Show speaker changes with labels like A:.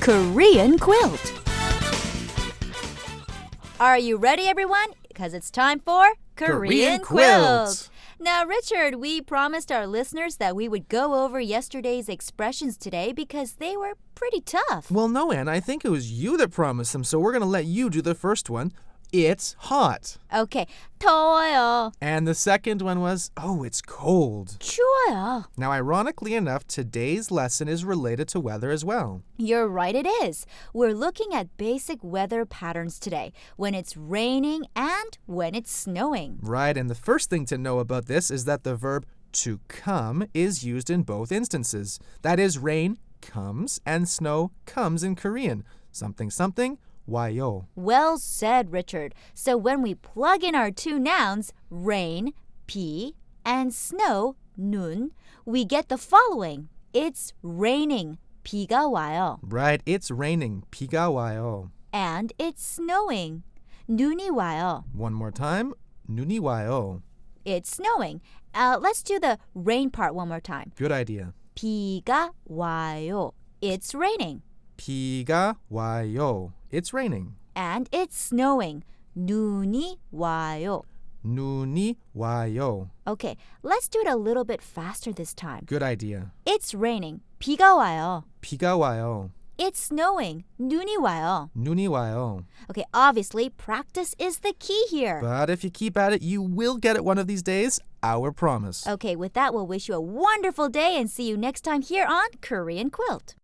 A: Korean quilt. Are you ready, everyone? Because it's time for Korean,
B: Korean Quilt.
A: quilt. Now, Richard, we promised our listeners that we would go over yesterday's expressions today because they were pretty tough.
B: Well, no, Anne, I think it was you that promised them, so we're going to let you do the first one. It's hot.
A: Okay, 더워요,
B: And the second one was, oh, it's cold.
A: 추워요.
B: Now, ironically enough, today's lesson is related to weather as well.
A: You're right, it is. We're looking at basic weather patterns today when it's raining and when it's snowing.
B: Right, and the first thing to know about this is that the verb to come is used in both instances. That is, rain comes and snow comes in Korean. Something something, wayo.
A: Well said, Richard. So when we plug in our two nouns, rain, 비, and snow, 눈, we get the following. It's raining, 비가 와요,
B: Right, it's raining, piga wayo.
A: and it's snowing, 눈이 와요.
B: One more time, nuni wayo.
A: It's snowing. Uh, let's do the rain part one more time.
B: Good idea.
A: 비가 와요. It's raining.
B: Piga wayo. It's raining.
A: and it's snowing. 눈이 와요.
B: Nuni wayo.
A: Okay, let's do it a little bit faster this time.
B: Good idea.
A: It's raining. 비가 와요.
B: Piga wayo.
A: It's snowing. 눈이 와요.
B: Nuni wayo.
A: Okay, obviously practice is the key here.
B: But if you keep at it, you will get it one of these days. Our promise.
A: Okay, with that, we'll wish you a wonderful day and see you next time here on Korean Quilt.